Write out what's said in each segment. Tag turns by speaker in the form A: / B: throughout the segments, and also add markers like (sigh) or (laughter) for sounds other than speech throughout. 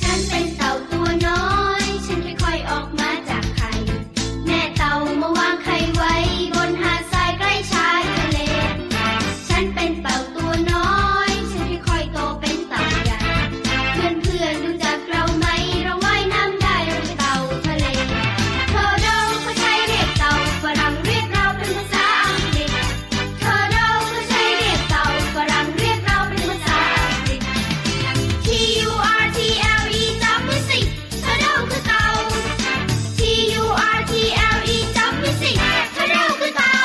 A: ฉันเป็นเต่าตัวน้อย ฉันค่อยๆออกมาจากไข่ แม่เต่ามาวางไข่ไว้ บนหาดทรายใกล้ชายทะเล ฉันเป็นเต่าตัวน้อย ฉันค่อยๆโตเป็นเต่าใหญ่ เพื่อนๆรู้จักเราไหม เราว่ายน้ำได้เราเป็นเต่าทะเลเทอร์โดเขาใช้เรียกเต่าฝรั่งเรียกเราเป็นภาษาอังกฤษเทอร์โดเขาใช้เรียกเต่าฝรั่งเรียกเราเป็นภาษาอังกฤษ T U R T L E จับมือสิเธอเร็วคือเต่า T U R T L E จับมือสิเธอเร็วคือเต่า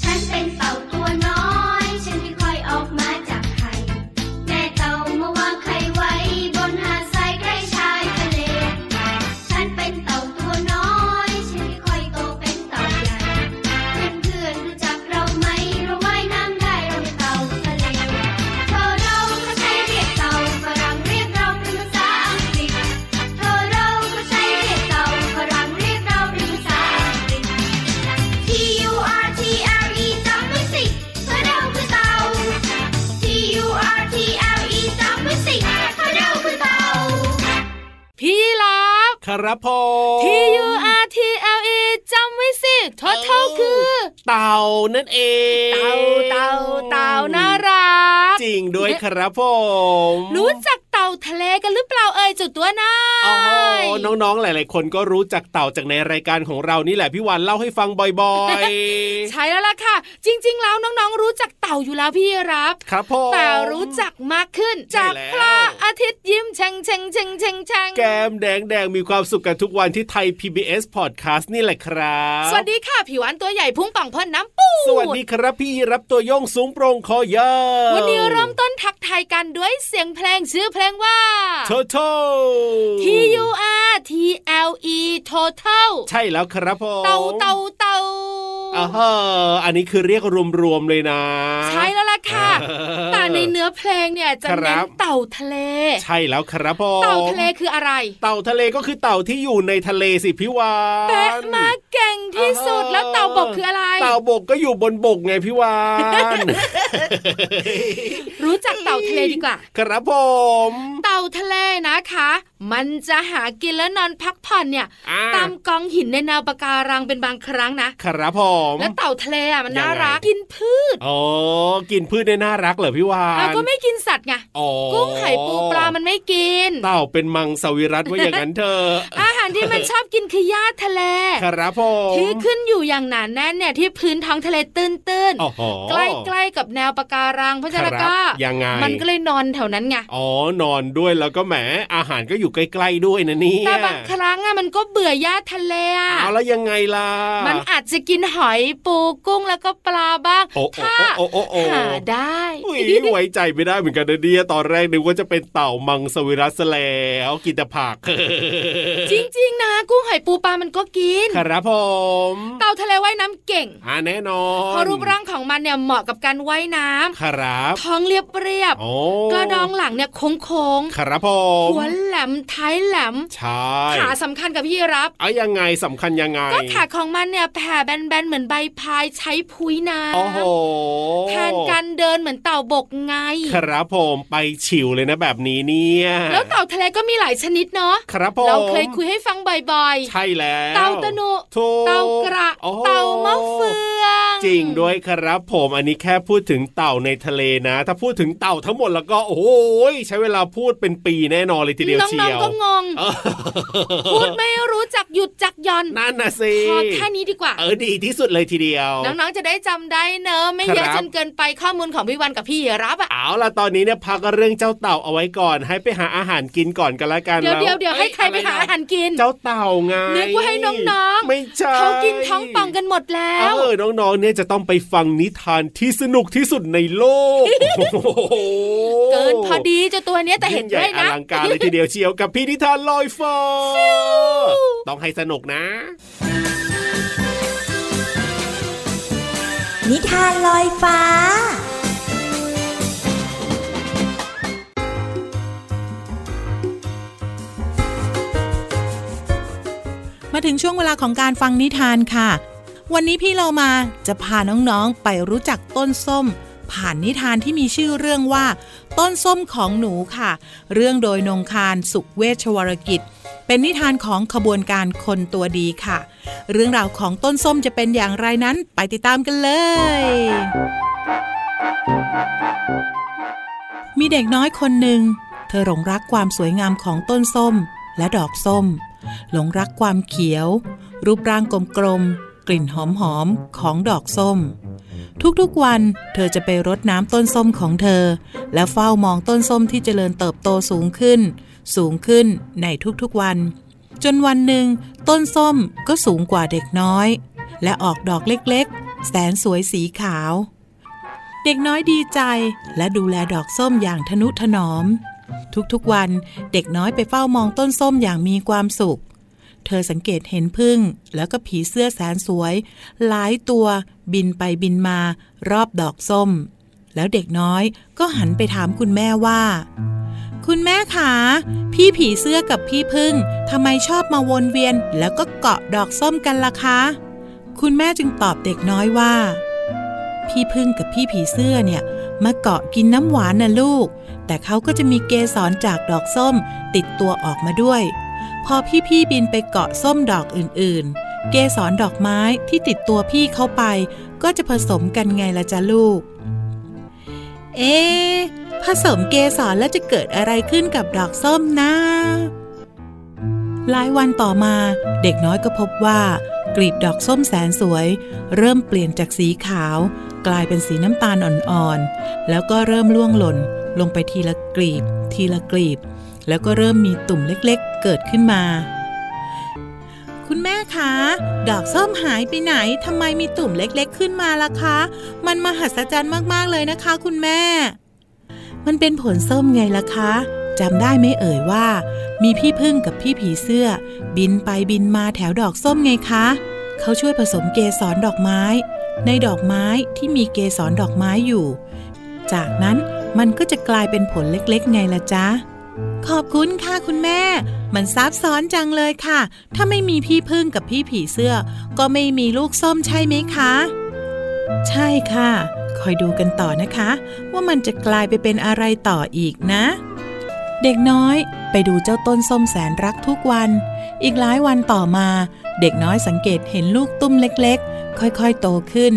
A: ฉันเป็นเต่าตัวน้อย ฉันค่อยๆออกมาจากไข่ แม่เต่ามาวางไข่ไว้ บนหาดทรายใกล้ชายทะเล ฉันเป็นเต่าตัวน้อย ฉันค่อยๆโตเป็นเต่าใหญ่ เพื่อนๆรู้จักเราไหม เราว่ายน้ำได้เราเป็นเต่าทะเลเธอเราเขาใช้เรียกเต่าฝรั่งเรียกเราเป็นภาษาอังกฤษเธอเราเขาใช้เรียกเต่าฝรั่งเรียกเราเป็นภาษาอังกฤษ T U R T L E จับมือสิเธอเร็วคือเต่า T U R T L E จับมือสิเธอเร็วคือเต่า
B: พี่รับ
C: ครับผม
B: T U R T L E จำไว้สิทอเท่าคือ
C: เต่านั่นเอง
B: เต่าเต่าเต่าน่ารัก
C: จริงด้วยครับผม
B: รู้จักเต่าทะเลกันหรือเปล่าเอ่ยจุดตัวน้า
C: อ๋อย น้องๆ หลายๆ คนก็รู้จักเต่าจากในรายการของเรานี่แหละพี่วันเล่าให้ฟังบ่อย
B: ใช่แล้วล่ะค่ะ จริง ๆ แล้วน้องๆ รู้จักเต่าอยู่แล้วพี่รับ
C: ๆ ครับผม
B: แต่รู้จักมากขึ้น จาก
C: ใช่แล้ว
B: พระอาทิตย์ยิ้มแฉ่งแฉ่งแฉ่งแฉ่งแฉ่ง
C: แก้มแดงแดงๆมีความสุขกันทุกวันที่ไทย PBS Podcast นี่แหละครับ
B: สวัสดีค่ะผิววันตัวใหญ่พุ่งป่องพ่นน้ำปูด
C: สวัสดีครับพี่รับตัวโยงสูงโปรงคอเยา
B: วันนี้เริ่มต้นทักทายกันด้วยเสียงเพลงชื่อเพลงว่า
C: โทโท
B: T U R T L E total
C: ใช่แล้วครับผม
B: เต่าเต่าเต่า
C: อ่าฮะอันนี้คือเรียกรวมๆ เลยนะ
B: ใช่แล้วล่ะค่ะ
C: เออ
B: แต่ในเนื้อเพลงเนี่ยจะ
C: ครั
B: เน้น
C: บ
B: เต่าทะเล (laughs)
C: ใช่แล้วครับผม
B: เต่าทะเลคืออะไร
C: เต่าทะเลก็คือเต่าที่อยู่ในทะเลสิพี่วาน
B: แปะมาเก่งที่สุดแล้วเต่าบกคืออะไร
C: เต่าบกก็อยู่บนบกไงพี่วาน
B: (laughs) รู้จักเต่าทะเลดีกว่า
C: ครับผม
B: เต่าทะเลนะคะ มันจะหากินและนอนพักผ่อนเนี่ย
C: อ่า
B: ตามกองหินในแนวปะการังเป็นบางครั้งนะ
C: ครับผม
B: และเต่าทะเลอ่ะมันน่า
C: ยังไง
B: รักกินพืช
C: อ๋อกินพืชได้น่ารักเหรอพี่วา
B: เรา
C: น
B: ก็ไม่กินสัตว์ไง
C: อ๋อ
B: กุ้งไข่ปูปลามันไม่กิน
C: เต่าเป็นมังสวิรัตว่าอย่างนั้นเถอะ
B: (laughs) อาหารที่มันชอบกินคือหญ้าทะเล
C: ครับผม
B: ที่ขึ้นอยู่อย่างหนาแน่นเนี่ยที่พื้นท้องทะเลตื้น
C: โอ้โห
B: ๆใกล้ๆกับแนวปะการังเพราะฉะนั้น
C: ครั
B: ก็
C: บยังไง
B: มันก็เลยนอนแถวนั้นไง
C: อ๋อนอนด้วยแล้วก็แหมอาหารก็อยู่ใกล้ๆด้วยนะเนี่ย
B: แต่บางครั้งอะมันก็เบื่อหญ้าทะเลอะ
C: เอาแล้วยังไงล่ะ
B: มันอาจจะกินหอยปูกุ้งแล้วก็ปลาบ้าง
C: โอ้โอ้
B: ถ้า
C: โอ้โอ้โอ้
B: หาได้
C: อุ๊ยไว้ใจไม่ได้เหมือนกันนะเนี่ยตอนแรกนึกว่าจะเป็นเต่ามังสวิรัตซะแล้วกินแต่ผั
B: (laughs)
C: ก
B: จริงๆ นะ กุ้งหอยปูปลามันก็กิน
C: ครับผม
B: เต่าทะเลว่ายน้ำเก่ง
C: อ่าแน่นอน
B: เพราะรูปร่างของมันเนี่ยเหมาะกับการว่ายน้ำ
C: ครับ
B: ท้องเรียบเรียบ
C: โอ้
B: กระดองหลังเนี่ยโค้งๆ
C: ครับผม
B: หัวแหลมท้ายแหลม
C: ใช่
B: ขาสำคัญกับพี่รับ
C: เอายังไงสำคัญยังไง
B: ก็ขาของมันเนี่ยแผ่แบนๆเหมือนใบพายใช้พุ้ยน้
C: โอ้โห
B: ำแทนการเดินเหมือนเต่าบกไง
C: ครับผมไปฉิวเลยนะแบบนี้เนี่ย
B: แล้วเต่าทะเลก็มีหลายชนิดเนาะ
C: ครับผม
B: เราเคยคุยให้ฟังบ่อย
C: ใช่แล้ว
B: ๆ เต่าตะนุ
C: ถู ถูก
B: เต่ากระ
C: โอ้โห
B: เต่ามะเฟือง
C: จริงด้วยครับผมอันนี้แค่พูดถึงเต่าในทะเลนะ ถ้าพูดถึงเต่าทั้งหมดแล้วก็โอ้โหยใช้เวลาพูดเป็นปีแน่นอนเลยทีเดียว
B: น้
C: เชี
B: อง
C: ยว
B: ๆก็งง
C: เออ
B: พูดไม่รู้จักหยุดจักหย่อน
C: นั่นนะสิ
B: พอแค่นี้ดีกว่า
C: เออดีที่สุดเลยทีเดียว
B: น้องๆ จะได้จำได้เนอะไม่เยอะ
C: ครับ
B: จนเกินไปข้อมูลของพี่วันกับพี่รับอะ
C: เอาล่ะตอนนี้เนี่ยพักเรื่องเจ้าเต่าเอาไว้ก่อน ให้ไปหาอาหารกินก่อนกันละกัน
B: เดี๋ยว
C: แล้ว
B: เดี๋ยวเดี๋ยวให้ใครไปหาอาหารกิน
C: เจ้าเต่าไง
B: นึกว่าให้น้องๆ
C: ไม่ใช่
B: เขากินท้องป่องกันหมดแล้ว
C: เออ น้องๆ เนี่ยจะต้องไปฟังนิทานที่สนุกที่สุดในโลก
B: เกินพอดีเจ้าตัวเนี้ยแต่เห็น
C: ยิ่งใหญ่
B: ด้วย
C: อ
B: นะ
C: ลัง
B: (laughs)
C: การเลยทีเดียวเชียวกับพี่นิทานลอยฟ้าต้องให้สนุกนะ
D: นิทานลอยฟ้า
E: มาถึงช่วงเวลาของการฟังนิทานค่ะ วันนี้พี่เรามาจะพาน้องๆไปรู้จักต้นส้ม ผ่านนิทานที่มีชื่อเรื่องว่า ต้นส้มของหนูค่ะ เรื่องโดยนงคารสุขเวชวรกิจ เป็นนิทานของขบวนการคนตัวดีค่ะ เรื่องราวของต้นส้มจะเป็นอย่างไรนั้นไปติดตามกันเลย มีเด็กน้อยคนหนึ่ง เธอหลงรักความสวยงามของต้นส้มและดอกส้ม หลงรักความเขียว รูปร่างกลมๆ กลิ่นหอมๆ ของดอกส้ม ทุกๆวันเธอจะไปรดน้ำต้นส้มของเธอ และเฝ้ามองต้นส้มที่เจริญเติบโตสูงขึ้น สูงขึ้นในทุกๆวัน จนวันหนึ่ง ต้นส้มก็สูงกว่าเด็กน้อย และออกดอกเล็กๆ แสนสวยสีขาว เด็กน้อยดีใจและดูแลดอกส้มอย่างทนุถนอม ทุกๆวันเด็กน้อยไปเฝ้ามองต้นส้มอย่างมีความสุข เธอสังเกตเห็นพึ่งแล้วก็ผีเสื้อแสนสวย หลายตัวบินไปบินมารอบดอกส้ม แล้วเด็กน้อยก็หันไปถามคุณแม่ว่า คุณแม่คะพี่ผีเสื้อกับพี่พึ่งทำไมชอบมาวนเวียน แล้วก็เกาะดอกส้มกันล่ะคะ คุณแม่จึงตอบเด็กน้อยว่า พี่พึ่งกับพี่ผีเสื้อเนี่ย มาเกาะกินน้ำหวานนะลูก แต่เขาก็จะมีเกสรจากดอกส้มติดตัวออกมาด้วย พอพี่พี่ๆบินไปเกาะส้มดอกอื่นๆ เกสรดอกไม้ที่ติดตัวพี่เข้าไป ก็จะผสมกันไงละจ๊ะลูก เอ๊ะผสมเกสรแล้วจะเกิดอะไรขึ้นกับดอกส้มนะ หลายวันต่อมา เด็กน้อยก็พบว่า กลีบดอกส้มแสนสวย เริ่มเปลี่ยนจากสีขาว กลายเป็นสีน้ำตาลอ่อนๆ แล้วก็เริ่มล่วงหล่น ลงไปทีละกลีบ ทีละกลีบ แล้วก็เริ่มมีตุ่มเล็กๆ เกิดขึ้นมา คุณแม่คะ ดอกส้มหายไปไหนทำไมมีตุ่มเล็กๆ ขึ้นมาล่ะคะ มันมหัศจรรย์มากๆเลยนะคะ คุณแม่ มันเป็นผลส้มไงล่ะคะจำได้ไหมเอ่ยว่า มีพี่พึ่งกับพี่ผีเสื้อ บินไปบินมาแถวดอกส้มไงคะ เขาช่วยผสมเกสรดอกไม้ ในดอกไม้ที่มีเกสรดอกไม้อยู่ จากนั้นมันก็จะกลายเป็นผลเล็กๆ ไงล่ะจ๊ะ ขอบคุณค่ะคุณแม่ มันซับซ้อนจังเลยค่ะ ถ้าไม่มีพี่พึ่งกับพี่ผีเสื้อ ก็ไม่มีลูกส้มใช่ไหมคะ ใช่ค่ะ คอยดูกันต่อนะคะ ว่ามันจะกลายไปเป็นอะไรต่ออีกนะ เด็กน้อยไปดูเจ้าต้นส้มแสนรักทุกวัน อีกหลายวันต่อมา เด็กน้อยสังเกตเห็นลูกตุ้มเล็กๆ ค่อยๆ โตขึ้น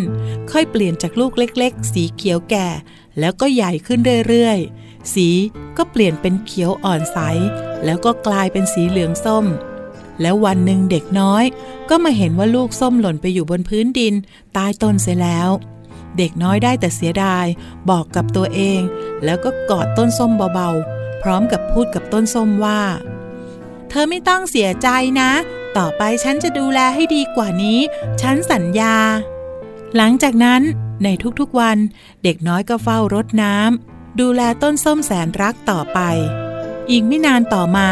E: ค่อยเปลี่ยนจากลูกเล็กๆ สีเขียวแก่ แล้วก็ใหญ่ขึ้นเรื่อยๆ สีก็เปลี่ยนเป็นเขียวอ่อนใส แล้วก็กลายเป็นสีเหลืองส้ม แล้ววันหนึ่งเด็กน้อย ก็มาเห็นว่าลูกส้มหล่นไปอยู่บนพื้นดินใต้ต้นเสียแล้ว เด็กน้อยได้แต่เสียดาย บอกกับตัวเอง แล้วก็กอดต้นส้มเบาๆ พร้อมกับพูดกับต้นส้มว่า เธอไม่ต้องเสียใจนะ ต่อไปฉันจะดูแลให้ดีกว่านี้ ฉันสัญญา หลังจากนั้นในทุกๆวัน เด็กน้อยก็เฝ้ารดน้ำดูแลต้นส้มแสนรักต่อไป อีกไม่นานต่อมา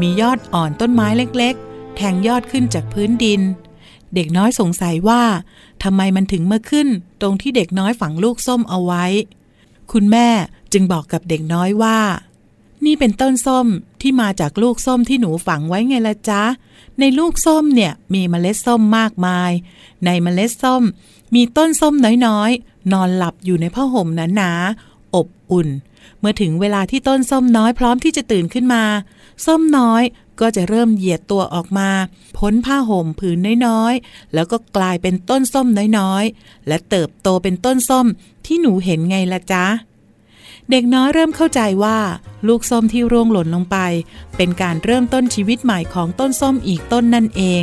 E: มียอดอ่อนต้นไม้เล็กๆ แทงยอดขึ้นจากพื้นดิน เด็กน้อยสงสัยว่าทำไมมันถึงมาขึ้น ตรงที่เด็กน้อยฝังลูกส้มเอาไว้ คุณแม่จึงบอกกับเด็กน้อยว่า นี่เป็นต้นส้มที่มาจากลูกส้มที่หนูฝังไว้ไงละจ๊ะ ในลูกส้มเนี่ยมีเมล็ดส้มมากมาย ในเมล็ดส้ม มีต้นส้มน้อยๆ นอนหลับอยู่ในผ้าห่มหนาๆอบอุ่น เมื่อถึงเวลาที่ต้นส้มน้อยพร้อมที่จะตื่นขึ้นมา ส้มน้อยก็จะเริ่มเหยียดตัวออกมา พ้นผ้าห่มผืนน้อยๆ แล้วก็กลายเป็นต้นส้มน้อยๆ และเติบโตเป็นต้นส้มที่หนูเห็นไงละจ๊ะ เด็กน้อยเริ่มเข้าใจว่า ลูกส้มที่ร่วงหล่นลงไป เป็นการเริ่มต้นชีวิตใหม่ของต้นส้มอีกต้นนั่นเอง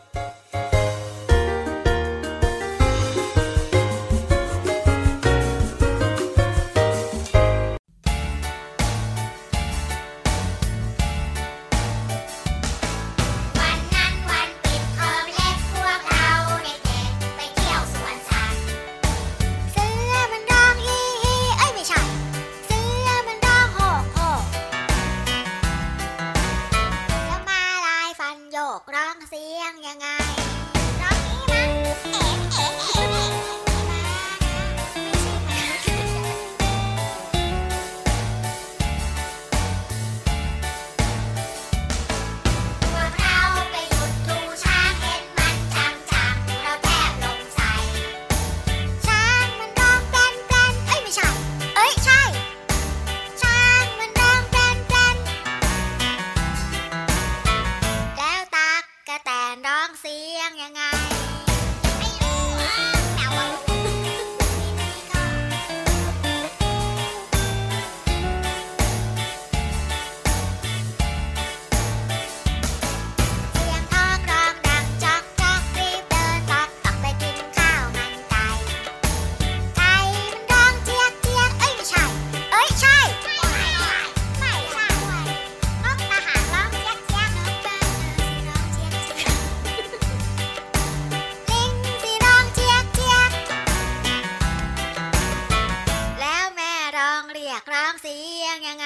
F: วันนั้นวันปิดเทอมเล็กพวกเราเด็กๆไปเที่ยวสวนสัตว์เสือมันร้องอีอีเอ้ยไม่ใช่เสือมันร้องโหกโหกแล้วมาลายฟันโยกร้องเสียงยังไงร้องอีมั้งเอ๋เอ๋เอ๋เอ๋ไม่ใช่มั้ง พวกเราไปห (laughs) ยุดดูช้างเห็นมันจังจังเราแทบหลงใส ช้างมันร้องแปลนแปลนเอ้ยไม่ใช่ เอ้ยใช่ ช้างมันร้องแปลนแปลนแล้วตักกระแตนร้องเสียงยังไง ไม่รู้อ่ะแมวว่ารู้นี่ก็ เสียงท้องร้องดังจอกจอกรีบเดินตอกตอกไปกินข้าวมันไก่ไก่มันร้องเจี๊ยกเจี๊ยกเอ้ยไม่ใช่ เอ้ยใช่ ไม่ใช่ ไม่ใช่นกทหารร้องเจี๊ยกเจี๊ยกนกเบิร์นร้องเจี๊ยกเจี๊ยกลิงสิร้องเจี๊ยกเจี๊ยกแล้วแม่ร้องเรียกร้องเสียงยังไง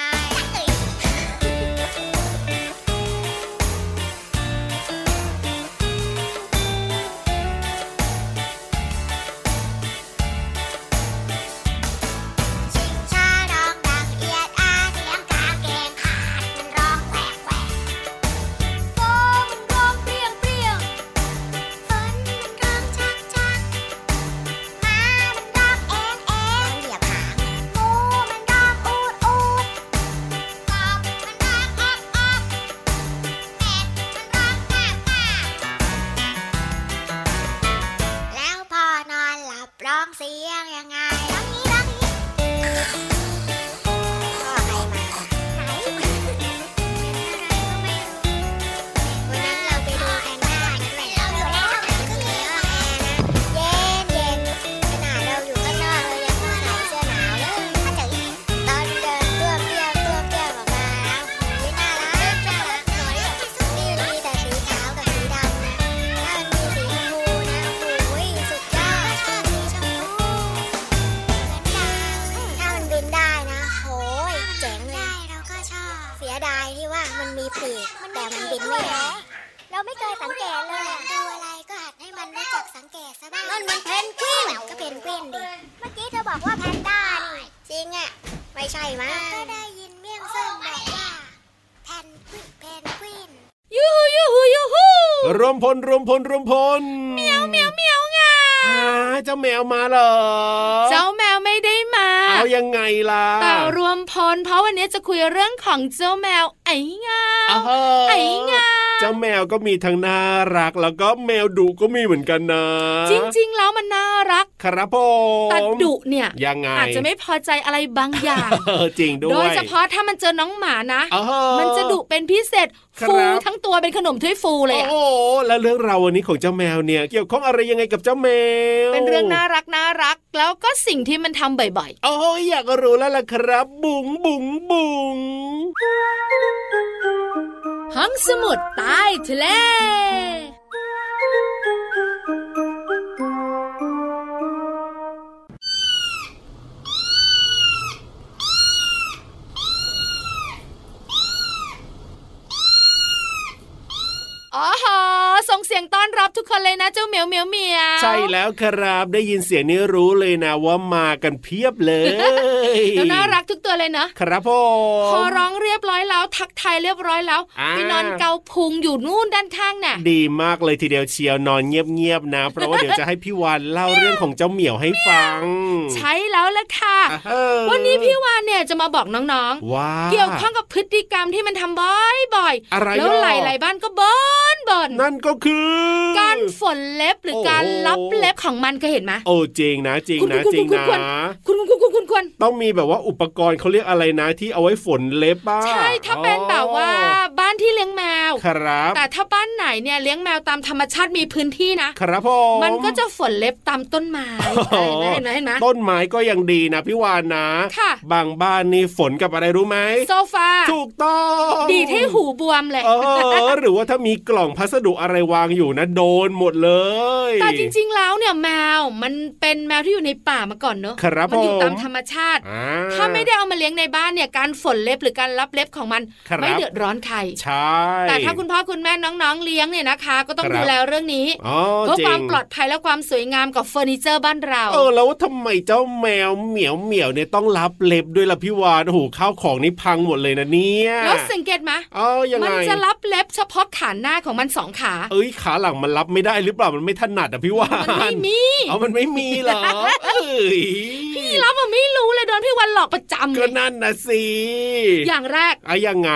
F: ชิงช้าร้องดังเอียดอาเสียงกางเกงขาดมันร้องแกว่งแกว่งฟ้ามันร้องเปรี้ยงเปรี้ยงฝนมันร้องชักชักม้ามันร้องเอ็งเอ็งเหยียบหางงูมันร้องอูดอูดกบมันร้องแอ๊กแอ๊กเป็ดมันร้องก้าก้าแล้วพอนอนหลับร้องเสียงยังไงร้องนี้ร้องนี้ พ่อใครมาไหนเป็นอะไรก็ไม่รู้วันนั้นเราไปดูแอนนากันไหมเราอยู่ในห้องครึ่งเดียวแอนนะเย็นเย็นขนาดเราอยู่ข้างนอกเรายังไม่ใส่เสื้อหนาวเลยถ้าจะอีกตอนเดินตัวเปรี้ยวตัวเปรี้ยวออกมาแล้วหูยน่ารักน่ารักหน่อยนี่มีแต่สีขาวกับสีดำนะถ้ามันมีสีชมพูนะโอ้ยสุดยอดชอบสีชมพู ถ้ามันบินได้นะโหยเจ๋งเลย เราก็ชอบ เสียดายที่ว่ามันมีปีก แต่มันบินไม่ได้ เราไม่เคยสังเกตเลย ดูอะไรก็หัดให้มันรู้จักสังเกตซะบ้างนั่นมันเพนกวินก็เพนกวินดิ เมื่อกี้เธอบอกว่าแพนด้านี่จริงอ่ะ ไม่ใช่มั้งก็ได้ยินเมี่ยงเซิ่งบอกว่าแพนกวินเพนกวิน
B: ยูฮูยูฮูยูฮู
C: รวมพลรวมพลรวมพลเมียวเมียว
B: เมียวไงา
C: อ่าเจ้าแมวมาเหรอ
B: เจ้าแมวไม่ได้มา
C: เอายังไงล่ะ
B: แต่รวมพลเพราะวันนี้จะคุยเรื่องของเจ้าแมวไอ้งา
C: อ้าววเหรอ
B: ไอ้งา
C: เจ้าแมวก็มีทั้งน่ารักแล้วก็แมวดุก็มีเหมือนกันนะ
B: จริงๆ แล้วมันน่ารัก
C: ครับผม
B: แต่ดุเนี่ย
C: ยังไง
B: อาจจะไม่พอใจอะไรบางอย่าง
C: เออจริงด้วย
B: โดยเฉพาะถ้ามันเจอน้องหมานะ
C: อ้าวเหรอ
B: มันจะดุเป็นพิเศษ
C: ครับ
B: ฟูทั้งตัวเป็นขนมถ้วยฟูเลยอะ
C: โอ้โหแล้วเรื่องราววันนี้ของเจ้าแมวเนี่ย เกี่ยวข้องอะไรยังไงกับเจ้าแมว
B: เป็นเรื่องน่ารักน่ารัก แล้วก็สิ่งที่มันทำบ่อย
C: โอ้ยอยากรู้แล้วล่ะครับ บุ๋งบุ๋งบุ๋ง
B: ๆ ห้องสมุดใต้ทะเล อ๋อหอส่งเสียงต้อนรับทุกคนเลยนะเจ้า เหมียวเหมียวเหมียว
C: ใช่แล้วครับได้ยินเสียงนี้รู้เลยนะว่ามากันเพียบเลย
B: แล้วน่ารักทุกตัวเลยนะครับ
C: ผ
B: พอ
C: ม
B: ร้องเรียบร้อยแล้ว ทักทายเรียบร้อยแล้ว
C: อ่า
B: ไปนอนเกาพุงอยู่นู่นด้านข้างน่ะ
C: ดีมากเลยทีเดียวเชียวนอนเงียบๆนะ เพราะว่าเดี๋ยวจะให้พี่วานเล่าเรื่องของเจ้าเหมียวให้ฟัง
B: ใช้แล้วละค่ะ
C: อ่ะเออ
B: วันนี้พี่วานเนี่ยจะมาบอกน้อง
C: ว้า
B: ๆ เกี่ยวข้องกับพฤติกรรมที่มันทำบ่อย
C: อะไร
B: ๆแล้ว
C: อ่ะ
B: หลายๆบ้านก็บ่นบ่น
C: นั่นก็คือ
B: การฝนเล็บหรือการ
C: โอ้โห
B: ลับเล็บของมันเคยเห็นไหม
C: โอ้จริงนะจริงนะ
B: คุณ
C: จริง
B: คุณ
C: นะ
B: คุณ คุณคุณคุณคุณคุณ
C: ต้องมีแบบว่าอุปกรณ์เขาเรียกอะไรนะที่เอาไว้ฝนเล็บบ้า
B: ใช่ถ้าเป็นแบบว่าบ้านที่เลี้ยงแมว
C: ครับ
B: แต่ถ้าบ้านไหนเนี่ยเลี้ยงแมวตามธรรมชาติมีพื้นที่นะ
C: ครับผม
B: มันก็จะฝนเล็บตามต้นไม้
C: (laughs) อ๋อ
B: เห็นไหมเห็นไหมเห็นไหม
C: ต้นไม้ก็ยังดีนะพี่วานนะ
B: ค่ะ
C: บางบ้านนี่ฝนกับอะไรรู้ไหม
B: โซฟา
C: ถูกต้อง
B: ดีที่หูบวมเลย
C: เออหรือว่าถ้ามีกล่องพัสดุอะไรวางอยู่นะโดนหมดเลย
B: (laughs) แต่จริงๆแล้วเนี่ยแมวมันเป็นแมวที่อยู่ในป่ามาก่อนเนอะ
C: ครับ
B: มั
C: ผ
B: อยู่
C: ม
B: ตามธรรมชาติ
C: อ่
B: ถ้าไม่ได้เอามาเลี้ยงในบ้านเนี่ยการฝนเล็บหรือการรับเล็บของมัน
C: ครับ
B: ไม่เดือดร้อนใคร
C: ใช่
B: แต่ถ้าคุณพ่อคุณแม่น้องๆเลี้ยงเนี่ยนะคะ ก็ต้องดูแลเรื่องนี้
C: อ๋อ
B: เพื่อ
C: จริง
B: ความปลอดภัยและความสวยงามกับเฟอร์นิเจอร์บ้านเรา
C: เออแล้วทำไมเจ้าแมวเหมียวเหมียวเนี่ยต้องรับเล็บด้วยล่ะพี่วานโอ้โหข้าวของนี่พังหมดเลยนะเนี่ย
B: แล้วสังเกตไหม
C: เอ้ายัง
B: มั
C: ไง
B: จะรับเล็บเฉพาะขาหน้าของมันสองขา
C: เอ้ยขาหลังมันรับไม่ได้หรือเปล่ามันไม่ถนัดอ่ะพี่วาน
B: มันไม่มี
C: เอามันไม่มีเหรอเอ้ย
B: พี่รับมาไม่รู้เลยโดนพี่วันหลอกประจำเล
C: ก็
B: ย
C: นั่นนะสิ
B: อย่างแรก
C: อะยังไง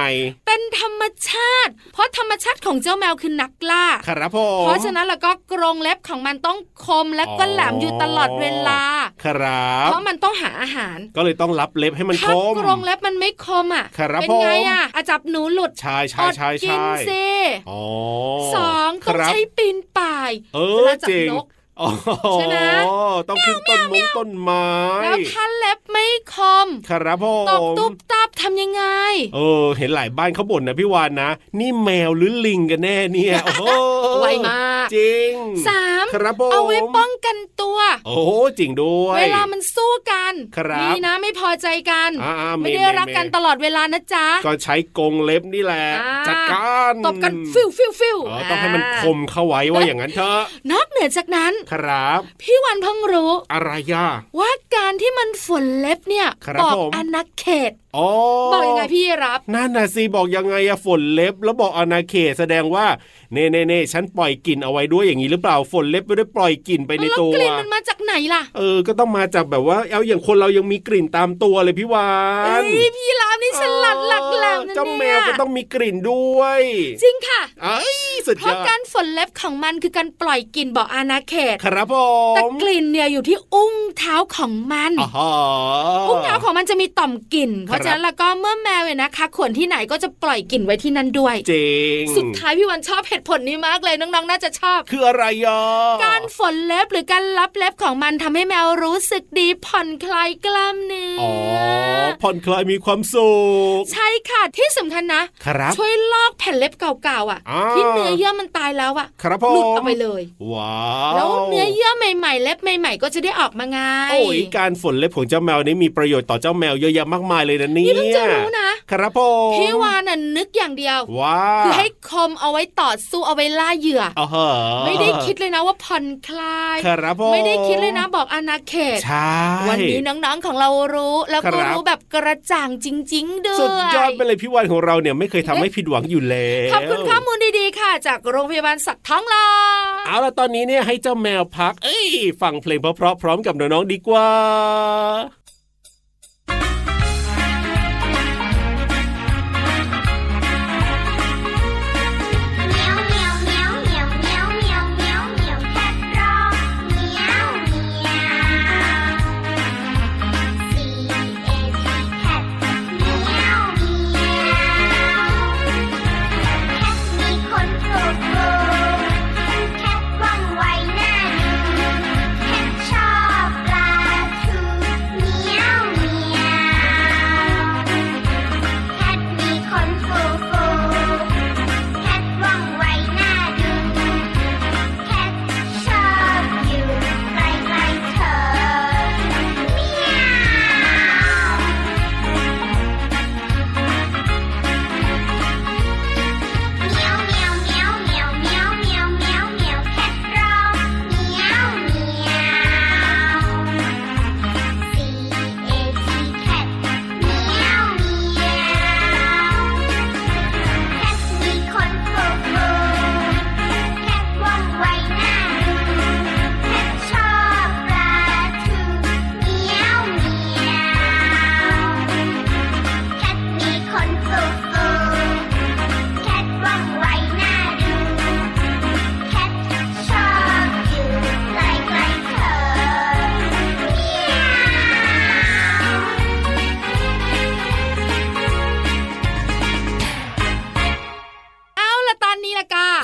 B: เป็นธรรมชาติ เพราะธรรมชาติของเจ้าแมวคือนักล่า
C: ครับผม
B: เพราะฉะนั้นแล้วก็กรงเล็บของมันต้องคมและก็แหลมอยู่ตลอดเวลา
C: ครับ
B: เพราะมันต้องหาอาหาร
C: ก็เลยต้องรับเล็บให้มันค
B: ถ้าม
C: ม
B: กรงเล็บมันไม่คมอ่ะ
C: ครับ
B: เป็นไง
C: ผม
B: อ่ะอาจับหนูหลุด
C: ใช่ใช่
B: อด
C: ใช่
B: กิ
C: ใช่
B: นซิ
C: อ๋อ
B: สอง
C: ค
B: ต้อง
C: รับ
B: ใช้ปีนป่าย
C: เอ
B: เว
C: อ
B: ลาจับ
C: จริง
B: นก
C: อ๋อ
B: ใช่ไหม
C: ต้องขึ้นต้นมงต้นไม้
B: แล้วถ้าเล็บไม่คม
C: ครับผ
B: ตบ
C: ม
B: ตุ๊บตับทำยังไง
C: เออ เห็นหลายบ้านเขาบ่นนะพี่วานนะ นี่แมวหรือลิงกันแน่เนี่ยโอ้โห
B: ไวมาก
C: จริง
B: สาม
C: ครับผม
B: เอาไว้ป้องกันตัว
C: โอ้จริงด้วย
B: เวลามันสู้กัน
C: ครับ
B: นี่นะไม่พอใจกัน
C: อ่าๆมี
B: ไม่ได้รัก
C: มี
B: กันตลอดเวลานะจ๊ะ
C: ก็ใช้กรงเล็บนี่แหละ
B: อ่า
C: จัดการ
B: ตบกันฟิวฟิวฟิว
C: อ๋อต้องให้มันคมเข้าไว้ว่าอย่างนั้นเถอะ
B: นอกเหนือจากนั้น
C: ครับ
B: พี่วันเพิ่งรู้
C: อะไรย่า
B: ว่าการที่มันฝนเล็บเนี่ย
C: ครับ
B: อก
C: ผม
B: อนาเขต
C: อ๋อ
B: บอกยังไงพี่รับ
C: นั่นนะสิบอกยังไงอะฝนเล็บ แล้วบอกอนาเขตแสดงว่าเน่เน่เน่ฉันปล่อยกลิ่นเอาไว้ด้วยอย่างนี้หรือเปล่าฝนเล็บไม่ได้ปล่อยกลิ่นไปใน
B: แล้ว
C: ตัว
B: กลิ่นมันมาจากไหนล่ะ
C: เออ ก็ต้องมาจากแบบว่าเอาอย่างคนเรายังมีกลิ่นตามตัวเลยพี่วาน
B: เอ้ยพี่รับนี่ฉลาดหลักแหลมนะเนี่ย
C: เจ้าแมวก็ต้องมีกลิ่นด้วย
B: จริงค่ะ
C: เอ้ยสุด
B: เพ
C: ย
B: ราะ
C: อด
B: การฝนเล็บของมันคือการปล่อยกลิ่นบอกอาณาเขต
C: ครับผ
B: แต่
C: ม
B: กลิ่นเนี่ยอยู่ที่อุ้งเท้าของมัน
C: อ๋อ
B: อุ้งเท้าของมันจะมีต่อมกลิ่น เพราะ
C: ครับ
B: ฉะนั้นแล้วก็เมื่อแมวเนี่ยนะคะขวนที่ไหนก็จะปล่อยกลิ่นไว้ที่นั่นด้วย
C: จริง
B: สุดท้ายพี่วันชอบเหตุผลนี้มากเลยน้องๆ น่าจะชอบ
C: คืออะไรย่ะ
B: การฝนเล็บหรือการรับเล็บของมันทำให้แมวรู้สึกดีผ่อนคลายกล้ามเนื้อ
C: อ๋อ
B: อ
C: ผ่อนคลายมีความสุข
B: ใช่ค่ะที่สำคัญนะ
C: ครับ
B: ช่วยลอกแผ่นเล็บเก่าๆอ่ะ
C: อ่า
B: ที่เนื้อเยื่อมันตายแล้วอ่ะ
C: ครับผม
B: หลุดเอาไปเลย
C: ว้าว
B: แล้วเนื้อเยื่อใหม่ๆ เล็บใหม่ ๆ ก็จะได้ออกมาไง
C: โอ้ยการฝนเล็บของเจ้าแมวนี้มีประโยชน์ต่อเจ้าแมวเยอะแยะมากมายเลยนะเนี่ย
B: นี่เพิ่งจะรู้นะ
C: ครับผม
B: พี่วานน่ะนึกอย่างเดียว
C: ว้า
B: คือให้คมเอาไว้ต่อสู้เอาไว้ล่าเหยื่อ
C: เอาเหอะ
B: ไม่ได้คิดเลยนะว่าผ่อนคลาย
C: ครับผม
B: ไม่ได้คิดเลยนะบอกอาณาเขต
C: ใช่
B: วันนี้น้องๆของเรารู้แล้วก็
C: ครับ
B: รู้แบบกระจ่างจริงๆด้วย
C: สุดยอดไปเลยพี่วานของเราเนี่ยไม่เคยทำให้ผิดหวังอยู่แล้ว
B: ขอบคุณข้อมูลดีๆค่ะ จากโรงพยาบาลสัตว์ท้องหลอ
C: เอาล่ะตอนนี้เนี่ยให้เจ้าแมวพัก เอ้ยฟังเพลงเพราะๆพร้อมกับน้องๆดีกว่า
F: เหมียวเหมียวเหมียวเหมียวเหมียวเหมียวเหมียวเหมียวแคทร้องเหมียวเหมียว C A T แคทเหมียวเหมียวแคทมีขนโกรธโกรธแคทว่องไวหน้าดูแคทชอบปลาทูเหมี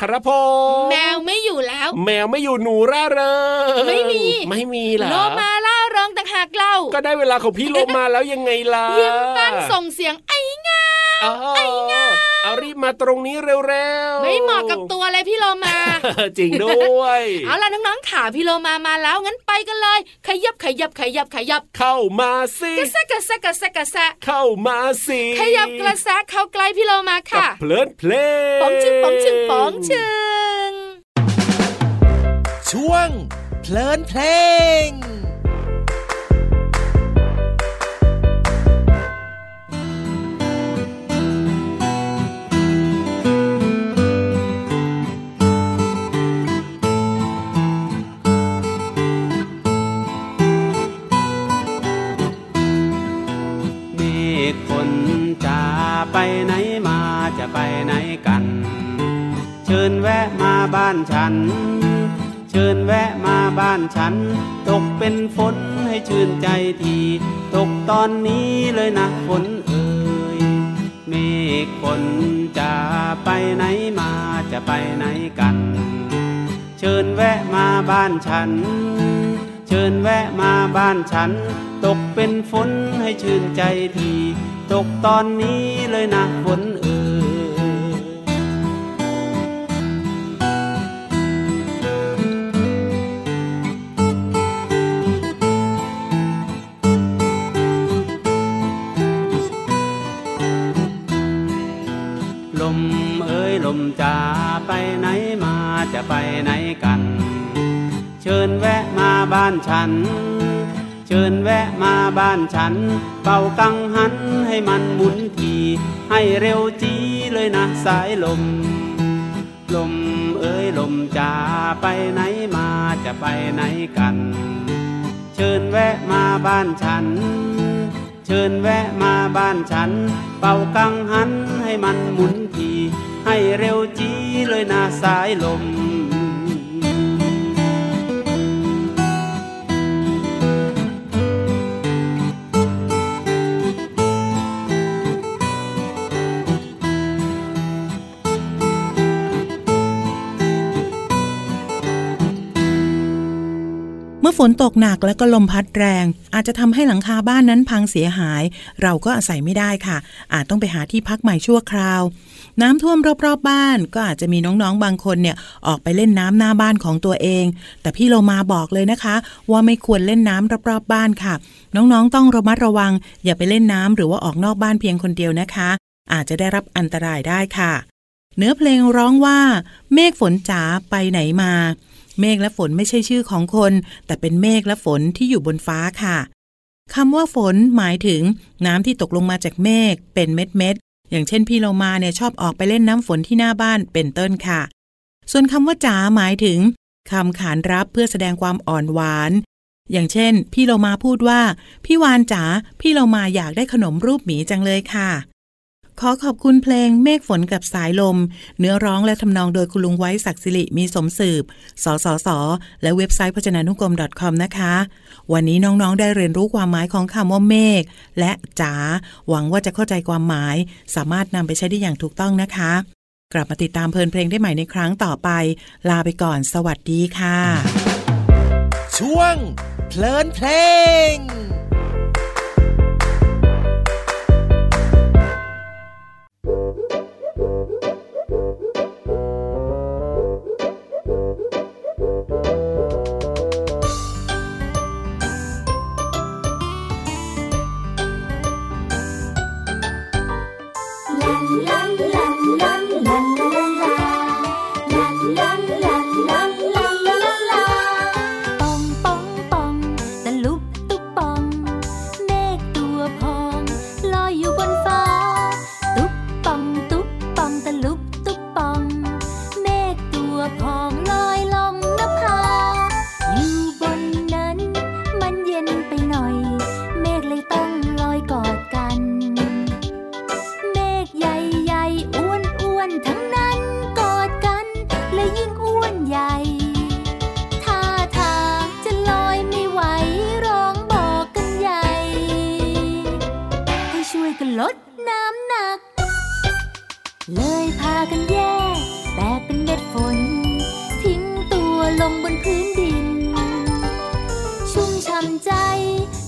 C: ครับผม
B: แมวไม่อยู่แล้ว
C: แมวไม่อยู่หนูร่าเริง
B: ไม่มี
C: ไม่มีเหรอ
B: โลมาล่าเริงต่างหากเรา
C: ก็ได้เวลาของพี่โลมาแล้วยังไงล่ะ
B: ยิ้มปั้นส่งเสียงไอ้งา
C: อ้าวเอารีบมาตรงนี้เร็วๆ
B: ไม่เหมาะกับตัวเลยพี่โลมา
C: จริงด้วย
B: เอาล่ะน้องๆขาพี่โลมามาแล้วงั้นไปกันเลย ขยับขยับขยับขยับ
C: เข้ามาสิ
B: กระแซะกระแซะกระแซะกระแซะ
C: เข้ามาสิ
B: ขยับกระแซะเข้าใกล้พี่โลมา
C: กับ
B: ค่ะ
C: เพลินเพลง
B: ป๋องชึงป๋องชึงป๋องชึง
D: ช่วง เพลินเพลง
G: เมฆฝนจะไปไหนมาจะไปไหนกัน เชิญแวะมาบ้านฉัน เชิญแวะมาบ้านฉัน ตกเป็นฝนให้ชื่นใจที ตกตอนนี้เลยนะฝนเอ่ยเมฆฝนจะไปไหนมาจะไปไหนกัน เชิญแวะมาบ้านฉัน เชิญแวะมาบ้านฉัน ตกเป็นฝนให้ชื่นใจที ตกตอนนี้เลยนะฝนเอ่ยลมเอ่ยลมจ๋าไปไหนมาจะไปไหนกัน เชิญแวะมาบ้านฉัน เชิญแวะมาบ้านฉัน เป่ากังหันให้มันหมุนที ให้เร็วจีเลยนะสายลม ลมเอ้ยลมจ๋าไปไหนมาจะไปไหนกัน เชิญแวะมาบ้านฉัน เชิญแวะมาบ้านฉัน เป่ากังหันให้มันหมุนที ให้เร็วจีเลยนะสายลม
E: เมื่อฝนตกหนักและก็ลมพัดแรง อาจจะทำให้หลังคาบ้านนั้นพังเสียหาย เราก็อาศัยไม่ได้ค่ะ อาจต้องไปหาที่พักใหม่ชั่วคราว น้ำท่วมรอบๆบบ้าน ก็อาจจะมีน้องๆบางคนเนี่ยออกไปเล่นน้ำหน้าบ้านของตัวเอง แต่พี่โลมาบอกเลยนะคะ ว่าไม่ควรเล่นน้ำรอบๆบบ้านค่ะ น้องๆต้องระมัดระวัง อย่าไปเล่นน้ำหรือว่าออกนอกบ้านเพียงคนเดียวนะคะ อาจจะได้รับอันตรายได้ค่ะ เนื้อเพลงร้องว่า เมฆฝนจ๋าไปไหนมา เมฆและฝนไม่ใช่ชื่อของคน แต่เป็นเมฆและฝนที่อยู่บนฟ้าค่ะคำว่าฝนหมายถึงน้ำที่ตกลงมาจากเมฆเป็นเม็ดเม็ดๆอย่างเช่นพี่โลมาเนี่ยชอบออกไปเล่นน้ำฝนที่หน้าบ้านเป็นต้นค่ะ ส่วนคำว่าจ๋าหมายถึงคำขานรับเพื่อแสดงความอ่อนหวาน อย่างเช่น พี่โลมาพูดว่า พี่วานจ๋าพี่โลมาอยากได้ขนมรูปหมีจังเลยค่ะ ขอขอบคุณเพลงเมฆฝนกับสายลม เนื้อร้องและทำนองโดยคุณลุงไว้ศักดิ์สิริมีสมสืบ สสส และเว็บไซต์พจนานุกรม .com นะคะ วันนี้น้องๆ ได้เรียนรู้ความหมายของคำว่าเมฆและจ๋าหวังว่าจะเข้าใจความหมาย สามารถนำไปใช้ได้อย่างถูกต้องนะคะ กลับมาติดตามเพลินเพลงได้ใหม่ในครั้งต่อไป ลาไปก่อน สวัสดีค่ะ
D: ช่วง เพลินเพลง
H: ปองปองปองตะลุบตุบปอง เมฆตัวพองลอยอยู่บนฟ้า ตุบปองตุบปองตะลุบตุบปอง เมฆตัวพองลอยลงนภา อยู่บนนั้นมันเย็นไปหน่อย เมฆเลยต้องลอยกอดกัน เมฆใหญ่ๆอ้วนอ้วนๆทั้งนั้นกอดกันและยิ่งอ้วนใหญ่ ท่าทางจะลอยไม่ไหวร้องบอกกันใหญ่ ให้ช่วยกันลดน้ำหนัก เลยพากันแยกแบกเป็นเม็ดฝน มบนพื้นดิน ชุ่มช่ำใจ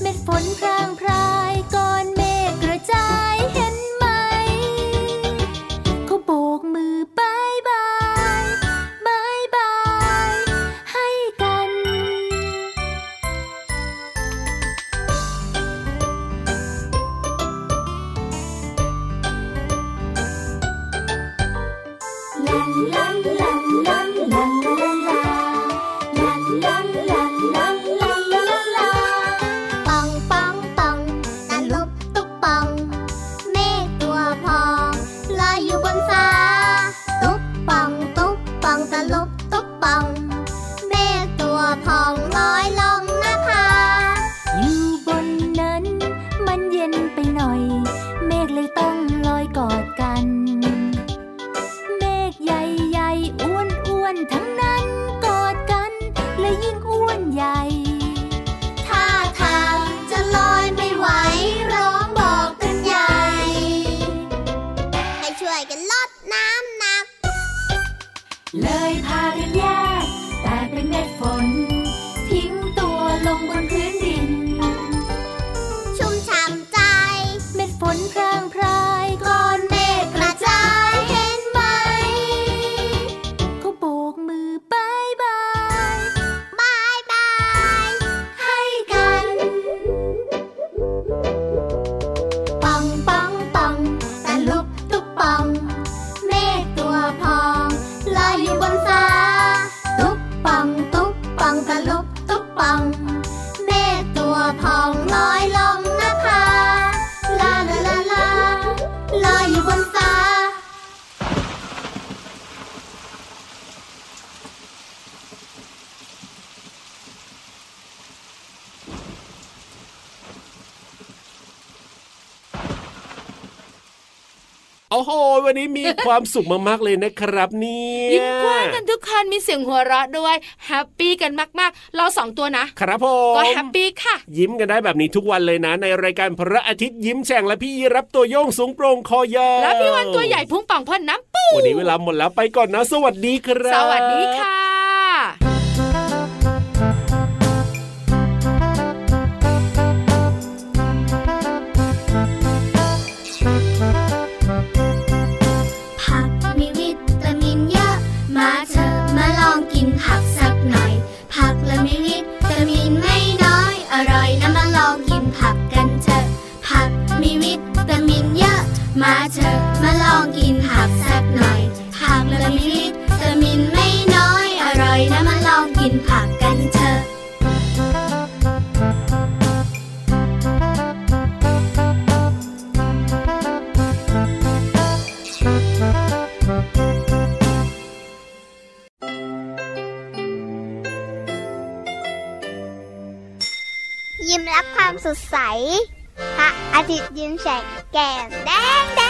H: เม็ดฝนพรางพรายก้อนเมฆกระจายเห็นไหม เขาโบกมือบายบายบายบาย ให้กัน
I: ปองปองปองตะลุบตุกปอง เมฆตัวพองลอยอยู่บนฟ้า ตุกปองตุกปองตะลุบตุกปอง เมฆตัวพองลอยลงหน้าผา
H: อยู่บนนั้น มันเย็นไปหน่อย เมฆเลยต้องลอยกอดกัน เมฆใหญ่ๆอ้วนอ้วนๆทั้งนั้นกอดกัน และยิ่งอ้วนใหญ่
I: ท่าทางจะลอยไม่ไหวร้องบอกกันใหญ่ ให้ช่วยกันลดน้ำหนัก
H: เลยพากันแยกแต่เป็นเม็ดฝน ทิ้งตัวลงบนพื้นดิน
I: ชุ่มฉ่ำใจ
H: เม็ดฝนพรางพรายก้อนเมฆกระจายเห็นไหม เขาโบกมือบายบาย
I: บายบาย ให้กัน ปองปองปองตะลุบตุกปอง เมฆตัวพองลอยอยู่บนฟ้า ตุกปองตุกปองตะลุบตุกปอง เมฆตัวพองลอยลงหน้าผาลาลาลาลาลอยอยู่บนฟ้า
C: โอ้โห วันนี้มีความสุขมากๆเลยนะครับเนี่ย
B: ยิ้มกว้างกันทุกคนมีเสียงหัวเราะด้วยแฮปปี้กันมากๆ เราสองตัวนะ
C: ครับผม
B: ก็แฮปปี้ค่ะ
C: ยิ้มกันได้แบบนี้ทุกวันเลยนะ ในรายการพระอาทิตย์ยิ้มแฉ่งและพี่รับตัวโยงสูงโปร่งคอยาว
B: แล้วพี่วันตัวใหญ่พุ่งป่องพ่นน้ำปู
C: วันนี้เวลาหมดแล้วไปก่อนนะ สวัสดีครับ
B: สวัสดีค่ะ
I: ผักมีวิตามินเยอะ มาเถอะมาลองกินผักสักหน่อย ผักละมีวิตามินไม่น้อย อร่อยนะมาลองกินผักกันเถอะ ผักมีวิตามินเยอะ มาเถอะมาลองกินผักสักหน่อย ผักละมีวิตามินไม่น้อย อร่อยนะมาลองกินผักกันเถอะ
F: ยิ้มรับความสดใส พระอาทิตย์ยิ้มแฉกแก้มแดงแด